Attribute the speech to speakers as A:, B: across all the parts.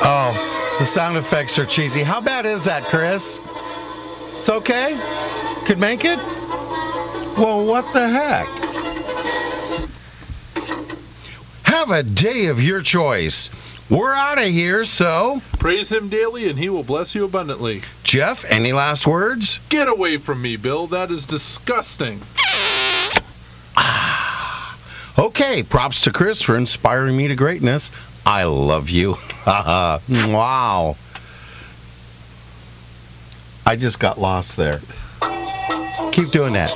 A: Oh, The sound effects are cheesy. How bad is that, Chris? It's okay? Could make it? Well, what the heck? Have a day of your choice. We're out of here, so.
B: Praise him daily, and he will bless you abundantly.
A: Jeff, any last words?
B: Get away from me, Bill. That is disgusting.
A: Okay, props to Chris for inspiring me to greatness. I love you. wow. I just got lost there. Keep doing that.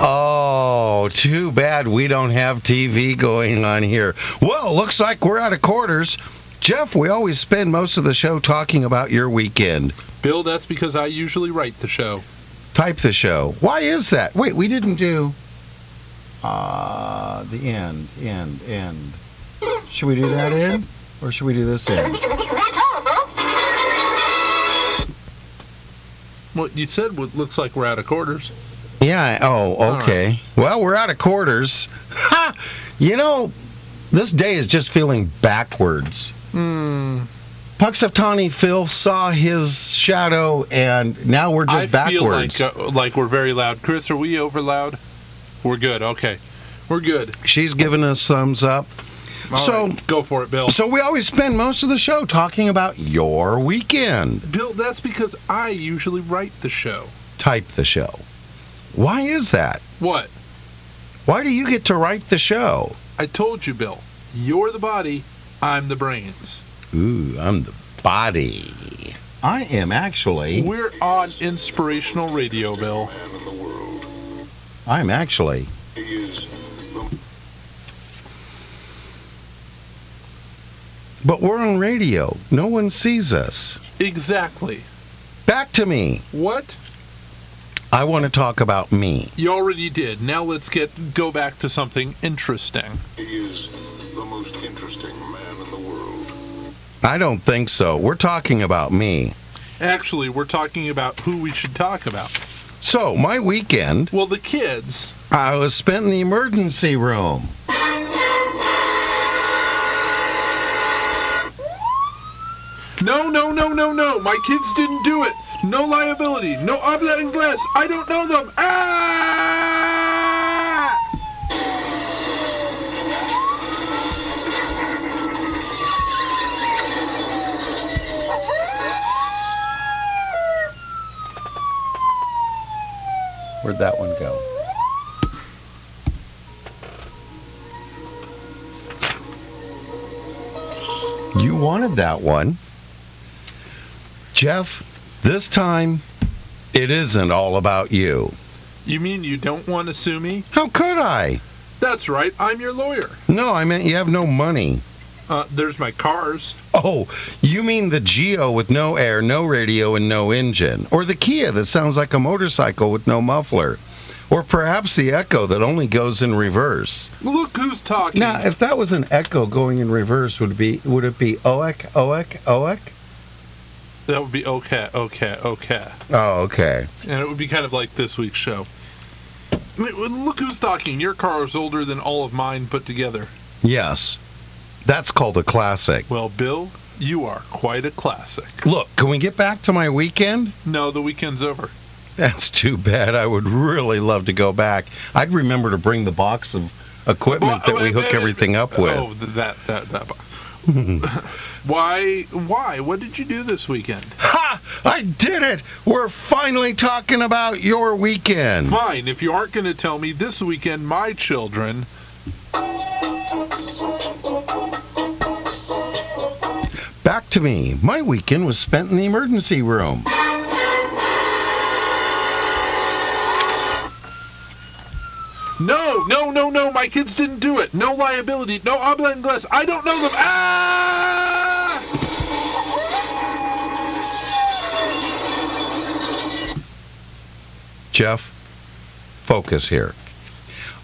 A: Oh, too bad we don't have TV going on here. Well, looks like we're out of quarters. Jeff, we always spend most of the show talking about your weekend.
B: Bill, that's because I usually write the show.
A: Type the show. Why is that? Wait, we didn't do uh, the end, end, end. Should we do that end, or should we do this end?
B: What you said what looks like we're out of quarters.
A: Yeah.
B: All
A: Oh,
B: right.
A: okay. Well, we're out of quarters. Ha! You know, this day is just feeling backwards.
B: Hmm.
A: Puxatani Phil saw his shadow, and now we're just
B: I
A: backwards.
B: feel like, uh, like we're very loud. Chris, are we over loud? We're good. Okay. We're good.
A: She's giving us thumbs up.
B: All
A: So-
B: right, go for it, Bill.
A: So we always spend most of the show talking about your weekend.
B: Bill, that's because I usually write the show.
A: Type the show. Why is that?
B: What?
A: Why do you get to write the show?
B: I told you, Bill. You're the body, I'm the brains.
A: Ooh, I'm the body. I am actually.
B: We're on inspirational radio, Bill.
A: I'm actually. But we're on radio. No one sees us.
B: Exactly.
A: Back to me.
B: What?
A: I want to talk about me.
B: You already did. Now let's get go back to something interesting.
C: He is the most interesting man in the world.
A: I don't think so. We're talking about me.
B: Actually, we're talking about who we should talk about.
A: So, my weekend,
B: Well, the kids.
A: I was spent in the emergency room.
B: No, no, no, no, no. My kids didn't do it. No liability. No habla inglés. I don't know them. Ah!
A: Where'd that one go? You wanted that one. Jeff, this time it isn't all about you.
B: You mean you don't want to sue me?
A: How could I?
B: That's right. I'm your lawyer.
A: No, I meant you have no money.
B: Uh, there's my cars.
A: Oh, you mean the Geo with no air, no radio, and no engine. Or the Kia that sounds like a motorcycle with no muffler. Or perhaps the Echo that only goes in reverse.
B: Look who's talking.
A: Now, if that was an echo going in reverse, would it be would it be oek oek oek?
B: That would be okay, okay, okay.
A: Oh, okay.
B: And it would be kind of like this week's show. I mean, Look who's talking. Your car is older than all of mine put together.
A: Yes, that's called a classic.
B: Well, Bill, you are quite a classic.
A: Look, can we get back to my weekend?
B: No, the weekend's over.
A: That's too bad. I would really love to go back. I'd remember to bring the box of equipment that we hook everything up with.
B: Oh, th- that that that. why? Why? What did you do this weekend?
A: Ha! I did it. We're finally talking about your weekend.
B: Fine. If you aren't going to tell me this weekend, my children.
A: Back to me. My weekend was spent in the emergency room.
B: No, no, no, no. My kids didn't do it. No liability. No habla inglés. I don't know them. Ah!
A: Jeff, focus here.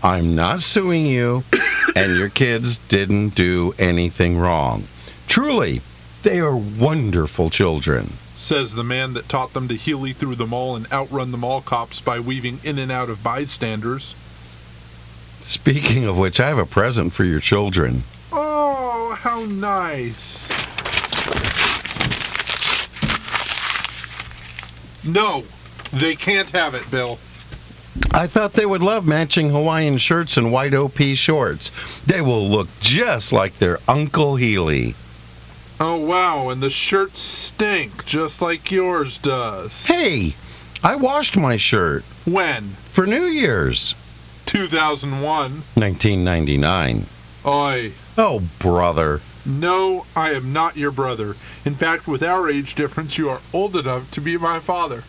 A: I'm not suing you, and your kids didn't do anything wrong. Truly, they are wonderful children.
B: says the man that taught them to Healy through the mall and outrun the mall cops by weaving in and out of bystanders.
A: Speaking of which, I have a present for your children.
B: Oh, how nice. No, they can't have it, Bill.
A: I thought they would love matching Hawaiian shirts and white OP shorts. They will look just like their Uncle Healy.
B: Oh, wow, and the shirts stink, just like yours does.
A: Hey, I washed my shirt
B: When?
A: for New Year's
B: 2001.
A: 1999.
B: Oi.
A: Oh, brother.
B: No, I am not your brother. In fact, with our age difference, you are old enough to be my father.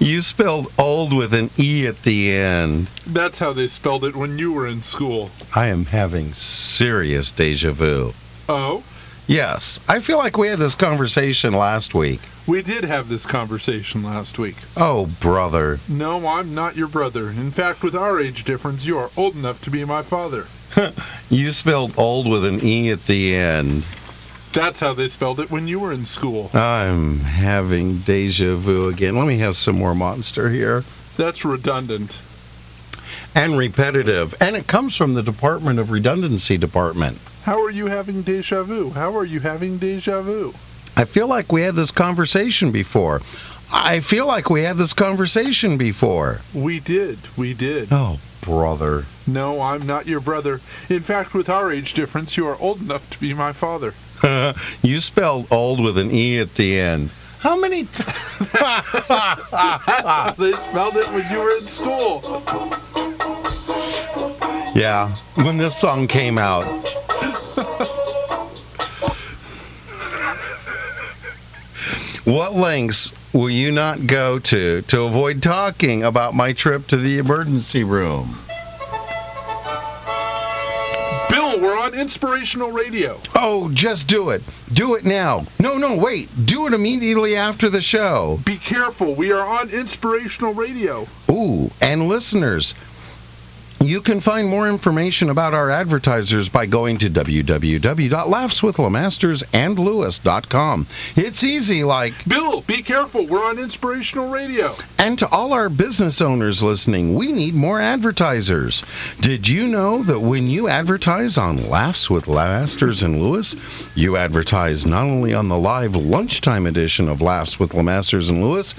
A: You spelled old with an E at the end.
B: That's how they spelled it when you were in school.
A: I am having serious deja vu.
B: Oh?
A: Yes, I feel like we had this conversation last week.
B: We did have this conversation last week.
A: Oh, brother.
B: No, I'm not your brother. In fact, with our age difference, you are old enough to be my father.
A: You spelled old with an E at the end.
B: That's how they spelled it when you were in school.
A: I'm having deja vu again. Let me have some more monster here.
B: That's redundant.
A: And repetitive. And it comes from the Department of Redundancy Department.
B: How are you having deja vu? How are you having deja vu?
A: I feel like we had this conversation before. I feel like we had this conversation before.
B: We did. We did.
A: Oh, brother.
B: No, I'm not your brother. In fact, with our age difference, you are old enough to be my father.
A: You spelled old with an E at the end. How many t-
B: Ah, They spelled it when you were in school.
A: Yeah, when this song came out. what lengths will you not go to to avoid talking about my trip to the emergency room?
B: Bill, we're on inspirational radio.
A: Oh, just do it. Do it now. No, no, wait. Do it immediately after the show.
B: Be careful. We are on inspirational radio.
A: Ooh, and listeners, you can find more information about our advertisers by going to www.laughswithlemastersandlewis.com. It's easy, like.
B: Bill, be careful. We're on inspirational radio.
A: And to all our business owners listening, we need more advertisers. Did you know that when you advertise on Laughs with Lamasters and Lewis, you advertise not only on the live lunchtime edition of Laughs with Lamasters and Lewis,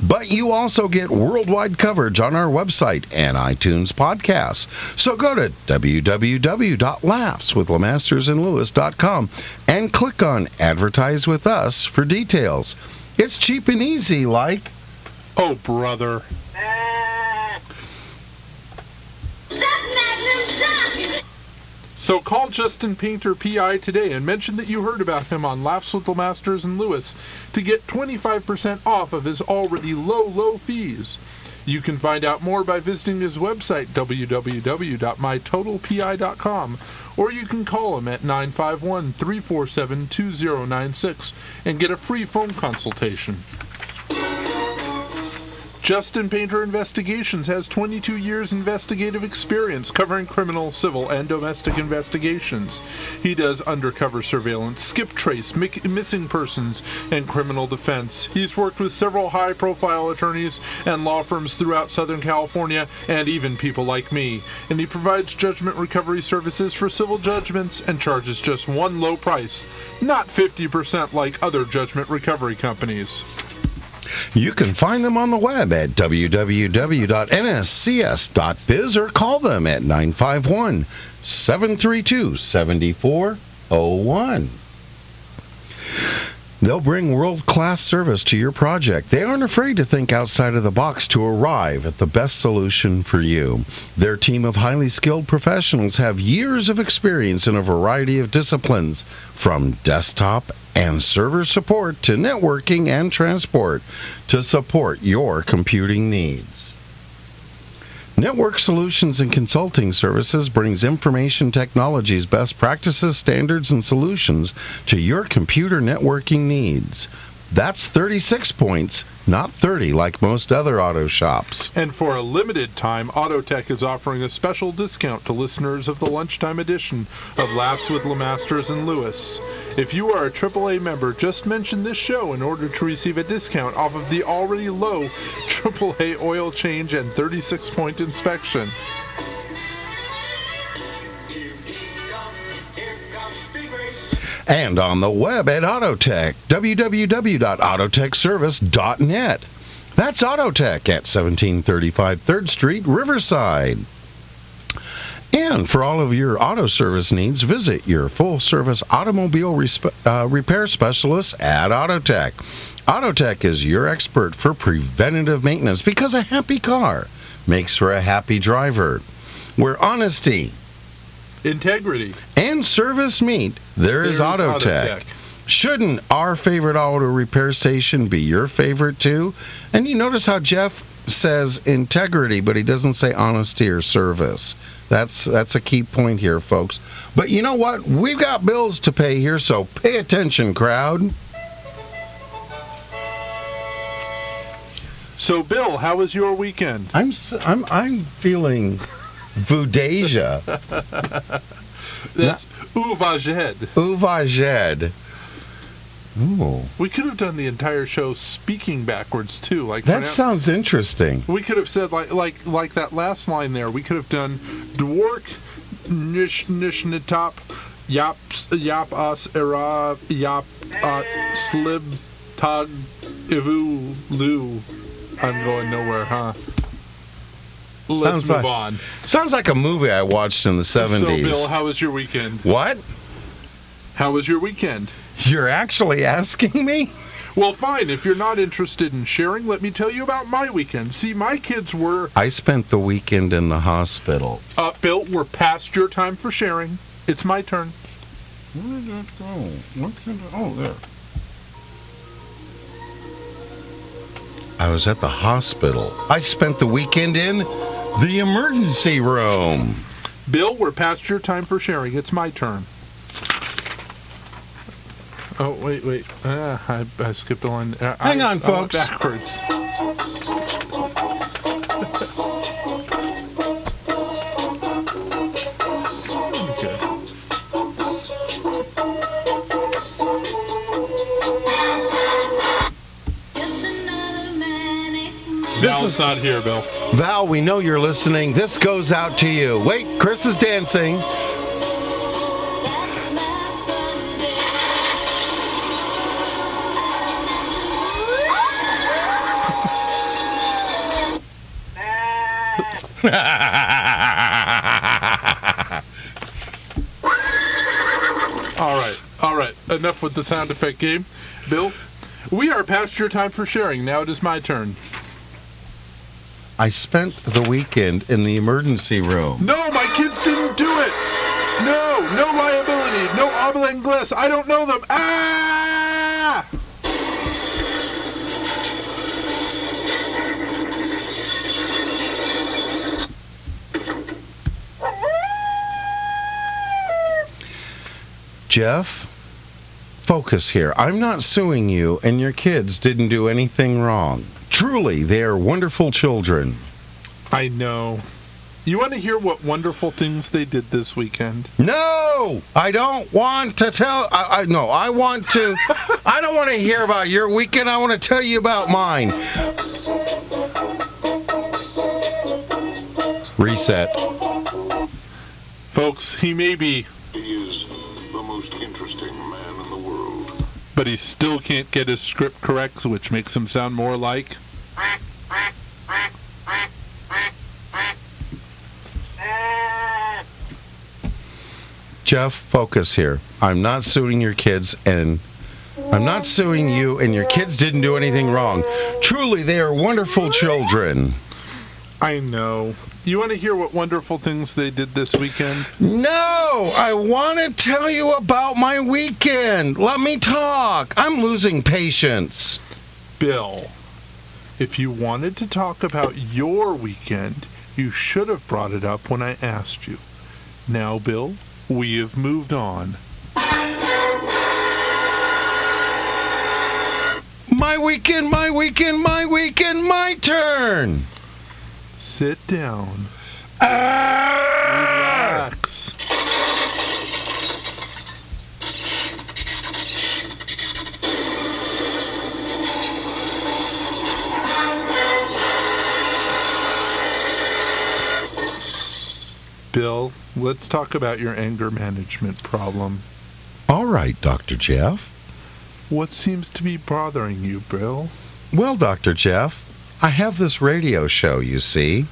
A: but you also get worldwide coverage on our website and iTunes podcasts. So go to www.laughswithlemastersandlewis.com and click on Advertise with Us for details. It's cheap and easy, like.
B: Oh, brother. So call Justin Painter PI today and mention that you heard about him on Laughs with the Masters and Lewis to get 25% off of his already low, low fees. You can find out more by visiting his website www.mytotalpi.com or you can call him at 951-347-2096 and get a free phone consultation. Justin Painter Investigations has 22 years investigative experience covering criminal, civil, and domestic investigations. He does undercover surveillance, skip trace, mic- missing persons, and criminal defense. He's worked with several high profile attorneys and law firms throughout Southern California and even people like me. And he provides judgment recovery services for civil judgments and charges just one low price, not 50% like other judgment recovery companies.
A: You can find them on the web at www.nscs.biz or call them at 951 732 7401. They'll bring world class service to your project. They aren't afraid to think outside of the box to arrive at the best solution for you. Their team of highly skilled professionals have years of experience in a variety of disciplines, from desktop and server support to networking and transport to support your computing needs. Network Solutions and Consulting Services brings information technology's best practices, standards, and solutions to your computer networking needs. That's 36 points, not 30 like most other auto shops.
B: And for a limited time, Autotech is offering a special discount to listeners of the lunchtime edition of Laughs with Lemasters and Lewis. If you are a AAA member, just mention this show in order to receive a discount off of the already low AAA oil change and 36 point inspection.
A: and on the web at Autotech, www.autotechservice.net. That's Autotech at 1735 3rd Street, Riverside. And for all of your auto service needs, visit your full service automobile resp- uh, repair specialist at Autotech. Autotech is your expert for preventative maintenance because a happy car makes for a happy driver. Where honesty
B: Integrity.
A: and service meet, there is Autotech. Shouldn't our favorite auto repair station be your favorite too? And you notice how Jeff says integrity, but he doesn't say honesty or service. That's that's a key point here, folks. But you know what? We've got bills to pay here, so pay attention, crowd.
B: So, Bill, how was your weekend?
A: I'm s- I'm I'm feeling Vudasia,
B: That's Uvahed.
A: Uvajed. Ooh,
B: We could have done the entire show speaking backwards too. Like
A: that
B: pronoun-
A: sounds interesting.
B: we could have said like like like that last line there. We could have done Dwork Nish Nishnitop Yap Yap Us Era Yap uh, Slib Tog Ivu Lu. I'm going nowhere, huh? Let's
A: Sounds
B: move
A: like-
B: on.
A: Sounds like a movie I watched in the
B: So,
A: '70s.
B: Bill, how was your weekend?
A: what?
B: How was your weekend?
A: You're actually asking me?
B: Well, fine. If you're not interested in sharing, let me tell you about my weekend. See, my kids were
A: I spent the weekend in the hospital.
B: uh, Bill. We're past your time for sharing. It's my turn.
A: Where did that go? What did it, oh, there. I was at the hospital. I spent the weekend in the emergency room.
B: Bill, we're past your time for sharing. It's my turn. Oh wait, wait. Ah, I, I skipped a line. Uh,
A: Hang
B: I-
A: on,
B: I went
A: folks.
B: backwards. Okay. This is not here, Bill.
A: Val, we know you're listening. This goes out to you. Wait, Chris is dancing.
B: All right, all right. Enough with the sound effect game, Bill. We are past your time for sharing. Now it is my turn.
A: I spent the weekend in the emergency room.
B: No, my kids didn't do it. No, no liability, no obling glass. I don't know them. Ah!
A: Jeff, focus here. I'm not suing you, and your kids didn't do anything wrong. Truly, they are wonderful children.
B: I know. You want to hear what wonderful things they did this weekend?
A: No, I don't want to tell. I, I no, I want to. I don't want to hear about your weekend. I want to tell you about mine. Reset.
B: Folks, he may be,
C: He is the most interesting man in the world.
B: but he still can't get his script correct, which makes him sound more like.
A: Jeff, focus here. I'm not suing your kids and I'm not suing you and your kids didn't do anything wrong. Truly, they are wonderful children.
B: I know. You want to hear what wonderful things they did this weekend?
A: No, I want to tell you about my weekend. Let me talk. I'm losing patience.
B: Bill, if you wanted to talk about your weekend, you should have brought it up when I asked you. Now, Bill, we have moved on.
A: My weekend, my weekend, my weekend, my turn.
B: Sit down. Relax. Bill, let's talk about your anger management problem.
A: All right, Dr. Jeff.
B: What seems to be bothering you, Bill?
A: Well, Dr. Jeff, I have this radio show, you see.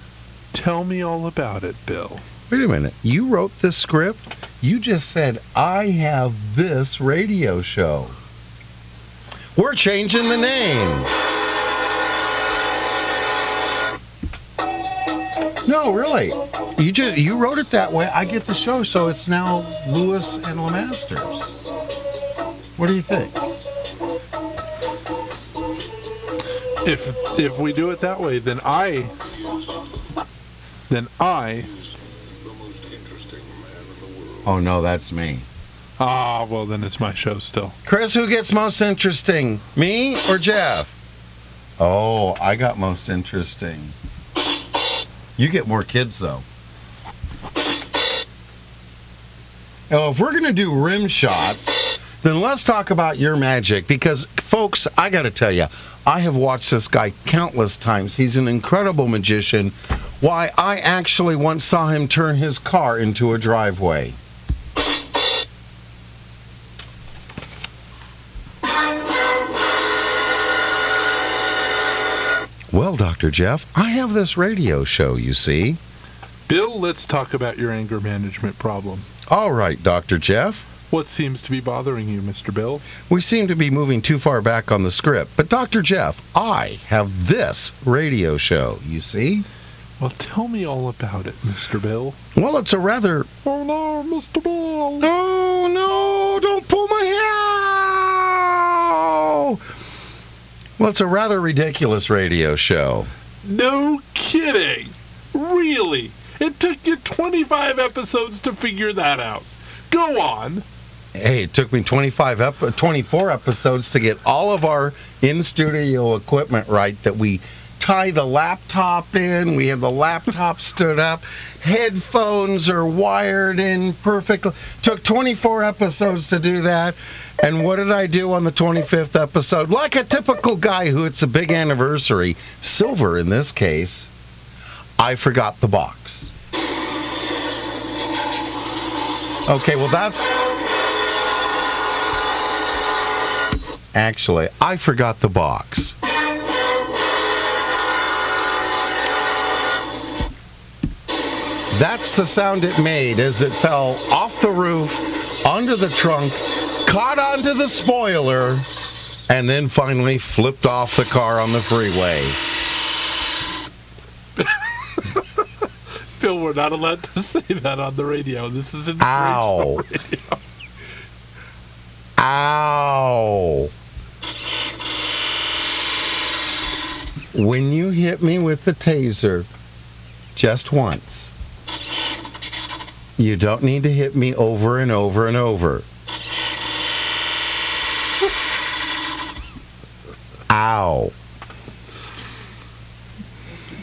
B: Tell me all about it, Bill.
A: Wait a minute. You wrote this script? You just said, I have this radio show. We're changing the name. No, really. You just you wrote it that way. I get the show, so it's now Lewis and Lemasters. What do you think?
B: If if we do it that way, then I then I
C: The most interesting man in the world.
A: Oh no, that's me.
B: ah well then it's my show still.
A: Chris, who gets most interesting, me or Jeff? Oh, I got most interesting. You get more kids though. Now, Oh, if we're gonna do rim shots, then let's talk about your magic because, folks, I gotta tell you, I have watched this guy countless times. He's an incredible magician. Why, I actually once saw him turn his car into a driveway. Well, Dr. Jeff, I have this radio show, you see.
B: Bill, let's talk about your anger management problem.
A: All right, Dr. Jeff.
B: What seems to be bothering you, Mr. Bill?
A: We seem to be moving too far back on the script, but Dr. Jeff, I have this radio show, you see.
B: Well, tell me all about it, Mr. Bill.
A: Well, it's a rather.
B: Oh no, Mr. Bill.
A: No, no, don't pull my hair! Well, it's a rather ridiculous radio show.
B: No kidding. Really? It took you 25 episodes to figure that out. Go on.
A: Hey, it took me 25 ep- 24 episodes to get all of our in studio equipment right that we tie the laptop in. We have the laptop stood up. Headphones are wired in perfectly. Took 24 episodes to do that. And what did I do on the 25th episode? Like a typical guy who it's a big anniversary, silver in this case, I forgot the box. Okay, well, that's. Actually, I forgot the box. That's the sound it made as it fell off the roof, onto the trunk, caught onto the spoiler, and then finally flipped off the car on the freeway.
B: Bill, we're not allowed to say that on the radio. This is in
A: Ow. Ow. When you hit me with the taser just once, you don't need to hit me over and over and over. Ow.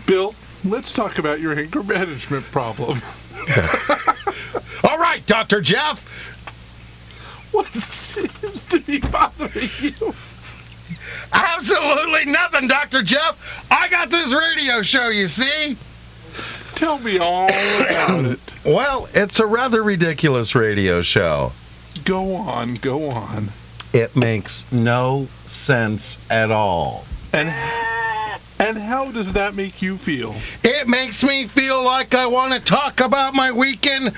B: Bill, let's talk about your anger management problem.
A: All right, Dr. Jeff.
B: What seems to be bothering you?
A: Absolutely nothing, Dr. Jeff. I got this radio show, you see?
B: Tell me all about it.
A: Well, it's a rather ridiculous radio show.
B: Go on, go on.
A: It makes no sense at all.
B: And and how does that make you feel?
A: It makes me feel like I want to talk about my weekend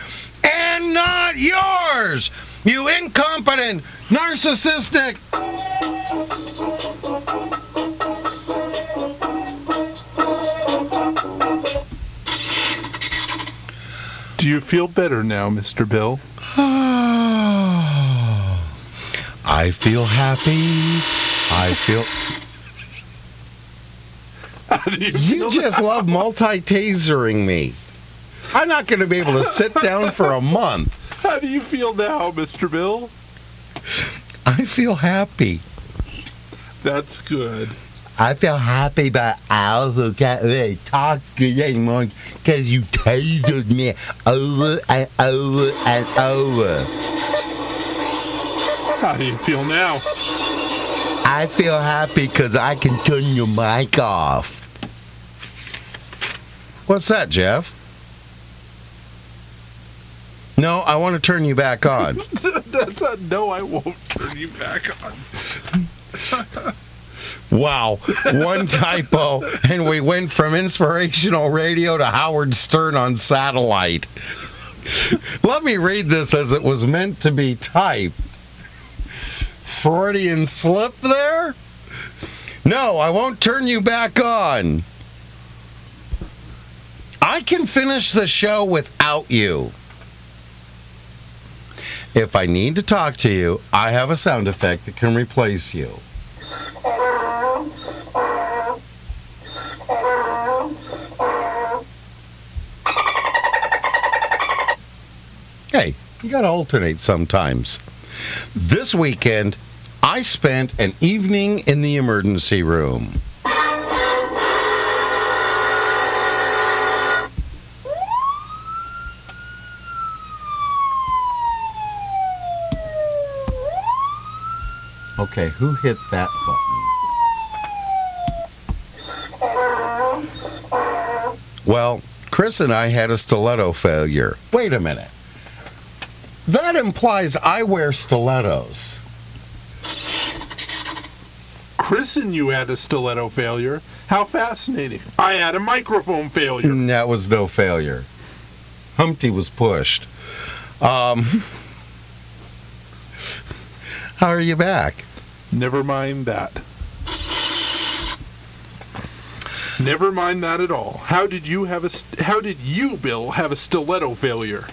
A: and not yours. You incompetent, narcissistic.
B: Do you feel better now, Mr. Bill?
A: I feel happy. I feel.
B: How do you
A: You
B: feel
A: just love multi tasering me. I'm not going to be able to sit down for a month.
B: How do you feel now, Mr. Bill?
A: I feel happy.
B: That's good.
A: I feel happy, but I also can't really talk good anymore because you tasered me over and over and over.
B: How do you feel now?
A: I feel happy because I can turn your mic off. What's that, Jeff? No, I want to turn you back on.
B: That's a no, I won't turn you back on.
A: Wow, one typo, and we went from inspirational radio to Howard Stern on satellite. Let me read this as it was meant to be typed. Freudian slip there? No, I won't turn you back on. I can finish the show without you. If I need to talk to you, I have a sound effect that can replace you. hey, you gotta alternate sometimes. This weekend, I spent an evening in the emergency room. Okay, who hit that button? Well, Chris and I had a stiletto failure. Wait a minute. That implies I wear stilettos.
B: Chris and you had a stiletto failure. How fascinating. I had a microphone failure.
A: Mm, That was no failure. Humpty was pushed. Um, how are you back?
B: Never mind that. Never mind that at all. How did you have a st- How did you, Bill, have a stiletto failure?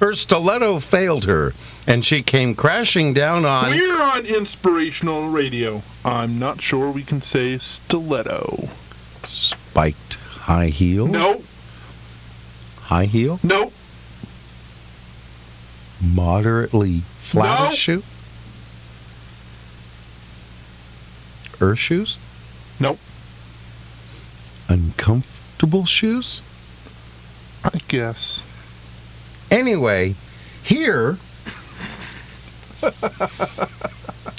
A: Her stiletto failed her, and she came crashing down on.
B: We're on inspirational radio. I'm not sure we can say stiletto.
A: spiked high heel.
B: No,
A: High heel.
B: no,
A: Moderately flattish
B: No.
A: shoe. Earth Er shoes.
B: Nope.
A: Uncomfortable shoes.
B: I guess.
A: Anyway, here,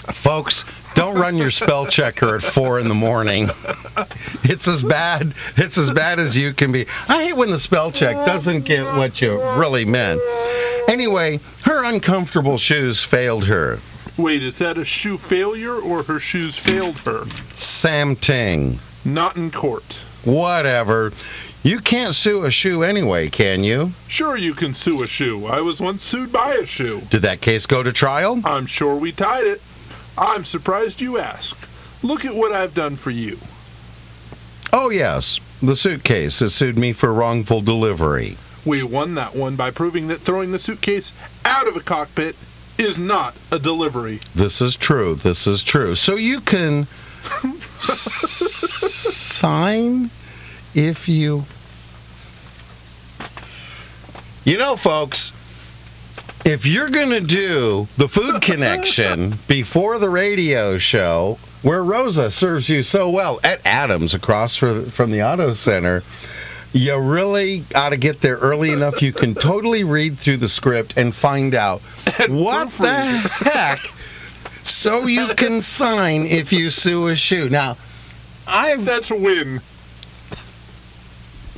A: folks, don't run your spell checker at four in the morning. It's as bad. It's as bad as you can be. I hate when the spell check doesn't get what you really meant. Anyway, her uncomfortable shoes failed her.
B: Wait, is that a shoe failure or her shoes failed her?
A: Sam Ting.
B: Not in court.
A: Whatever. You can't sue a shoe anyway, can you?
B: Sure, you can sue a shoe. I was once sued by a shoe.
A: Did that case go to trial?
B: I'm sure we tied it. I'm surprised you ask. Look at what I've done for you.
A: Oh, yes. The suitcase has sued me for wrongful delivery.
B: We won that one by proving that throwing the suitcase out of a cockpit is not a delivery.
A: This is true. This is true. So you can s- sign if you. You know, folks, if you're going to do the food connection before the radio show, where Rosa serves you so well at Adams across for, from the Auto Center, you really ought to get there early enough you can totally read through the script and find out what the heck so you can sign if you sue a shoe. Now, I've
B: That's a win.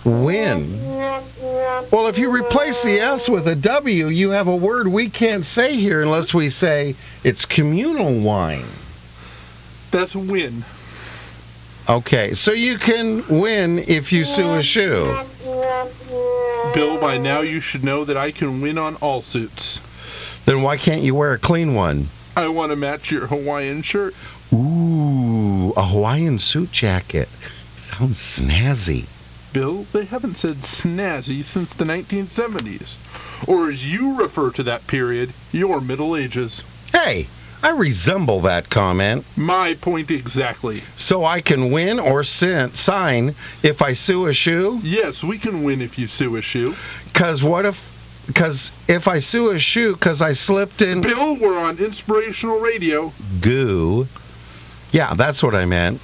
A: win. Well, if you replace the S with a W, you have a word we can't say here unless we say it's communal wine.
B: That's a win.
A: Okay, so you can win if you sue a shoe.
B: Bill, by now you should know that I can win on all suits.
A: Then why can't you wear a clean one?
B: I want to match your Hawaiian shirt.
A: Ooh, a Hawaiian suit jacket. Sounds snazzy.
B: Bill, they haven't said snazzy since the 1970s. Or as you refer to that period, your Middle Ages.
A: Hey, I resemble that comment.
B: My point exactly.
A: So I can win or sin- sign if I sue a shoe?
B: Yes, we can win if you sue a shoe.
A: Because what if. Because if I sue a shoe because I slipped in.
B: Bill, we're on inspirational radio,
A: goo. Yeah, that's what I meant.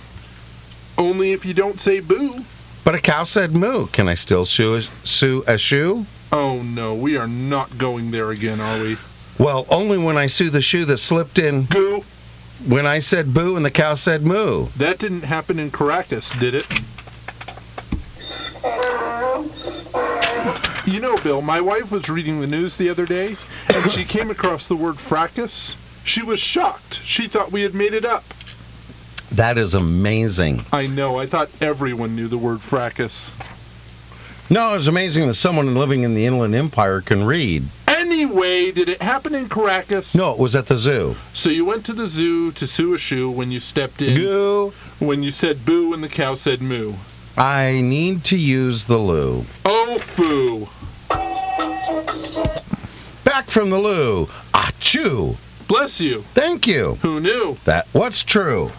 B: only if you don't say boo.
A: But a cow said moo. Can I still shoe, sue a shoe?
B: Oh no, we are not going there again, are we?
A: Well, only when I sue the shoe that slipped in
B: Goo,
A: when I said boo and the cow said moo.
B: that didn't happen in Caracas, did it? You know, Bill, my wife was reading the news the other day, and she came across the word fracas, she was shocked. She thought we had made it up.
A: That is amazing.
B: I know. I thought everyone knew the word fracas.
A: No, it's amazing that someone living in the Inland Empire can read.
B: Anyway, did it happen in Caracas?
A: No, it was at the zoo.
B: So you went to the zoo to sue a shoe when you stepped in,
A: Goo,
B: when you said boo and the cow said moo.
A: I need to use the loo.
B: Oh, foo.
A: Back from the loo. Achoo.
B: Bless you.
A: Thank you.
B: Who knew?
A: That what's true,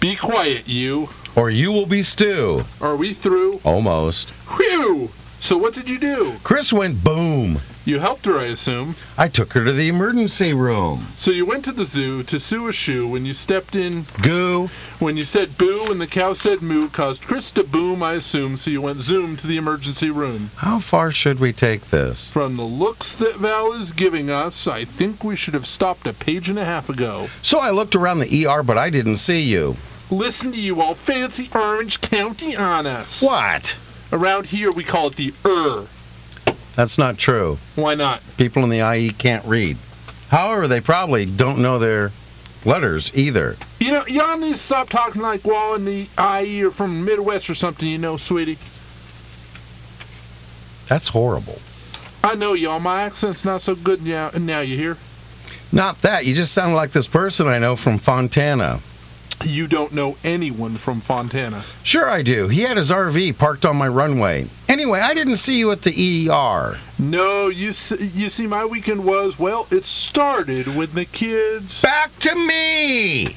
B: Be quiet, you.
A: or you will be stew.
B: Are we through?
A: Almost.
B: Whew! So what did you do?
A: Chris went boom.
B: You helped her, I assume.
A: I took her to the emergency room.
B: So you went to the zoo to sue a shoe when you stepped in,
A: Goo.
B: when you said boo and the cow said moo, caused Chris to boom, I assume, so you went zoom to the emergency room.
A: How far should we take this?
B: From the looks that Val is giving us, I think we should have stopped a page and a half ago.
A: So I looked around the ER, but I didn't see you.
B: Listen to you all fancy Orange County on us.
A: What?
B: Around here we call it the er.
A: That's not true.
B: Why not?
A: People in the IE can't read. However, they probably don't know their letters either.
B: You know, y'all need to stop talking like Wall and the IE or from the Midwest or something, you know, sweetie.
A: That's horrible.
B: I know y'all. My accent's not so good now. Now you hear?
A: Not that. You just sound like this person I know from Fontana.
B: You don't know anyone from Fontana.
A: Sure, I do. He had his RV parked on my runway. Anyway, I didn't see you at the ER.
B: No, you s you see, my weekend was well. It started with the kids.
A: Back to me!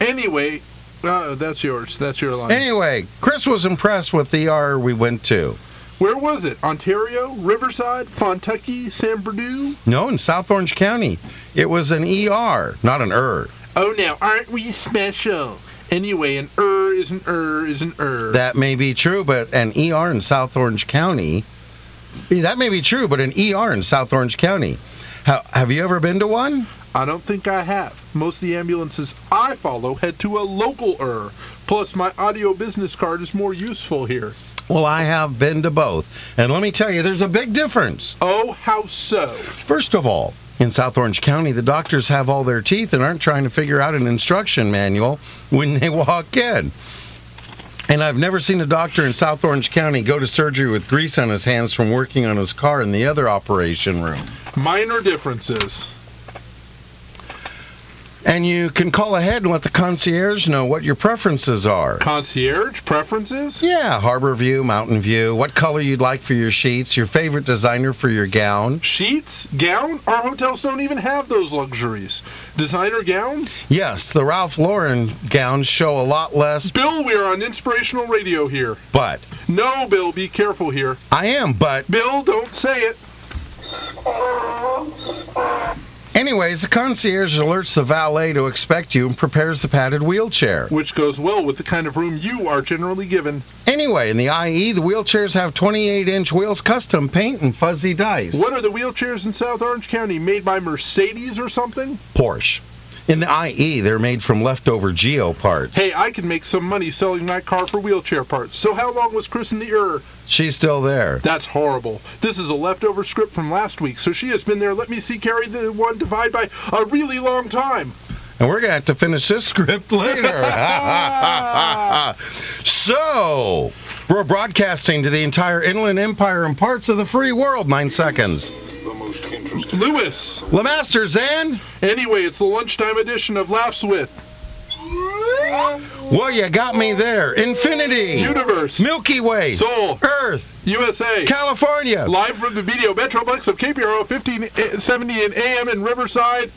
B: Anyway, uh, that's yours. That's your
A: Um,
B: line.
A: Anyway, Chris was impressed with the ER we went to.
B: Where was it? Ontario, Riverside, Fontucky, San Bernardino.
A: No, in South Orange County. It was an ER, not an ER.
B: Oh, now aren't we special? Anyway, an er is an er is an er.
A: That may be true, but an ER in South Orange County. That may be true, but an ER in South Orange County. How, have you ever been to one?
B: I don't think I have. Most of the ambulances I follow head to a local er. Plus, my audio business card is more useful here.
A: Well, I have been to both. And let me tell you, there's a big difference.
B: Oh, how so?
A: First of all, in South Orange County, the doctors have all their teeth and aren't trying to figure out an instruction manual when they walk in. And I've never seen a doctor in South Orange County go to surgery with grease on his hands from working on his car in the other operation room.
B: Minor differences.
A: And you can call ahead and let the concierge know what your preferences are.
B: Concierge preferences?
A: Yeah, Harbor View, Mountain View, what color you'd like for your sheets, your favorite designer for your gown.
B: Sheets? Gown? Our hotels don't even have those luxuries. Designer gowns?
A: Yes, the Ralph Lauren gowns show a lot less,
B: Bill, we are on inspirational radio here.
A: but
B: No, Bill, be careful here.
A: I am, but
B: Bill, don't say it.
A: Anyways, the concierge alerts the valet to expect you and prepares the padded wheelchair.
B: Which goes well with the kind of room you are generally given.
A: Anyway, in the IE, the wheelchairs have 28 inch wheels, custom paint, and fuzzy dice.
B: What are the wheelchairs in South Orange County made by Mercedes or something?
A: Porsche. In the IE, they're made from leftover Geo parts.
B: Hey, I can make some money selling my car for wheelchair parts. So how long was Chris in the ER?
A: She's still there.
B: That's horrible. This is a leftover script from last week, so she has been there. Let me see, carry the one divide by a really long time.
A: And we're going to have to finish this script later. so, we're broadcasting to the entire Inland Empire and parts of the free world. Nine seconds.
C: The most interesting.
B: Lewis.
A: Lemasters and.
B: Anyway, it's the lunchtime edition of Laughs with
A: Well, you got me there. Infinity.
B: Universe,
A: Milky Way.
B: Soul,
A: Earth,
B: USA.
A: California.
B: Live from the video Metroplex of KPRO 1570 and AM in Riverside.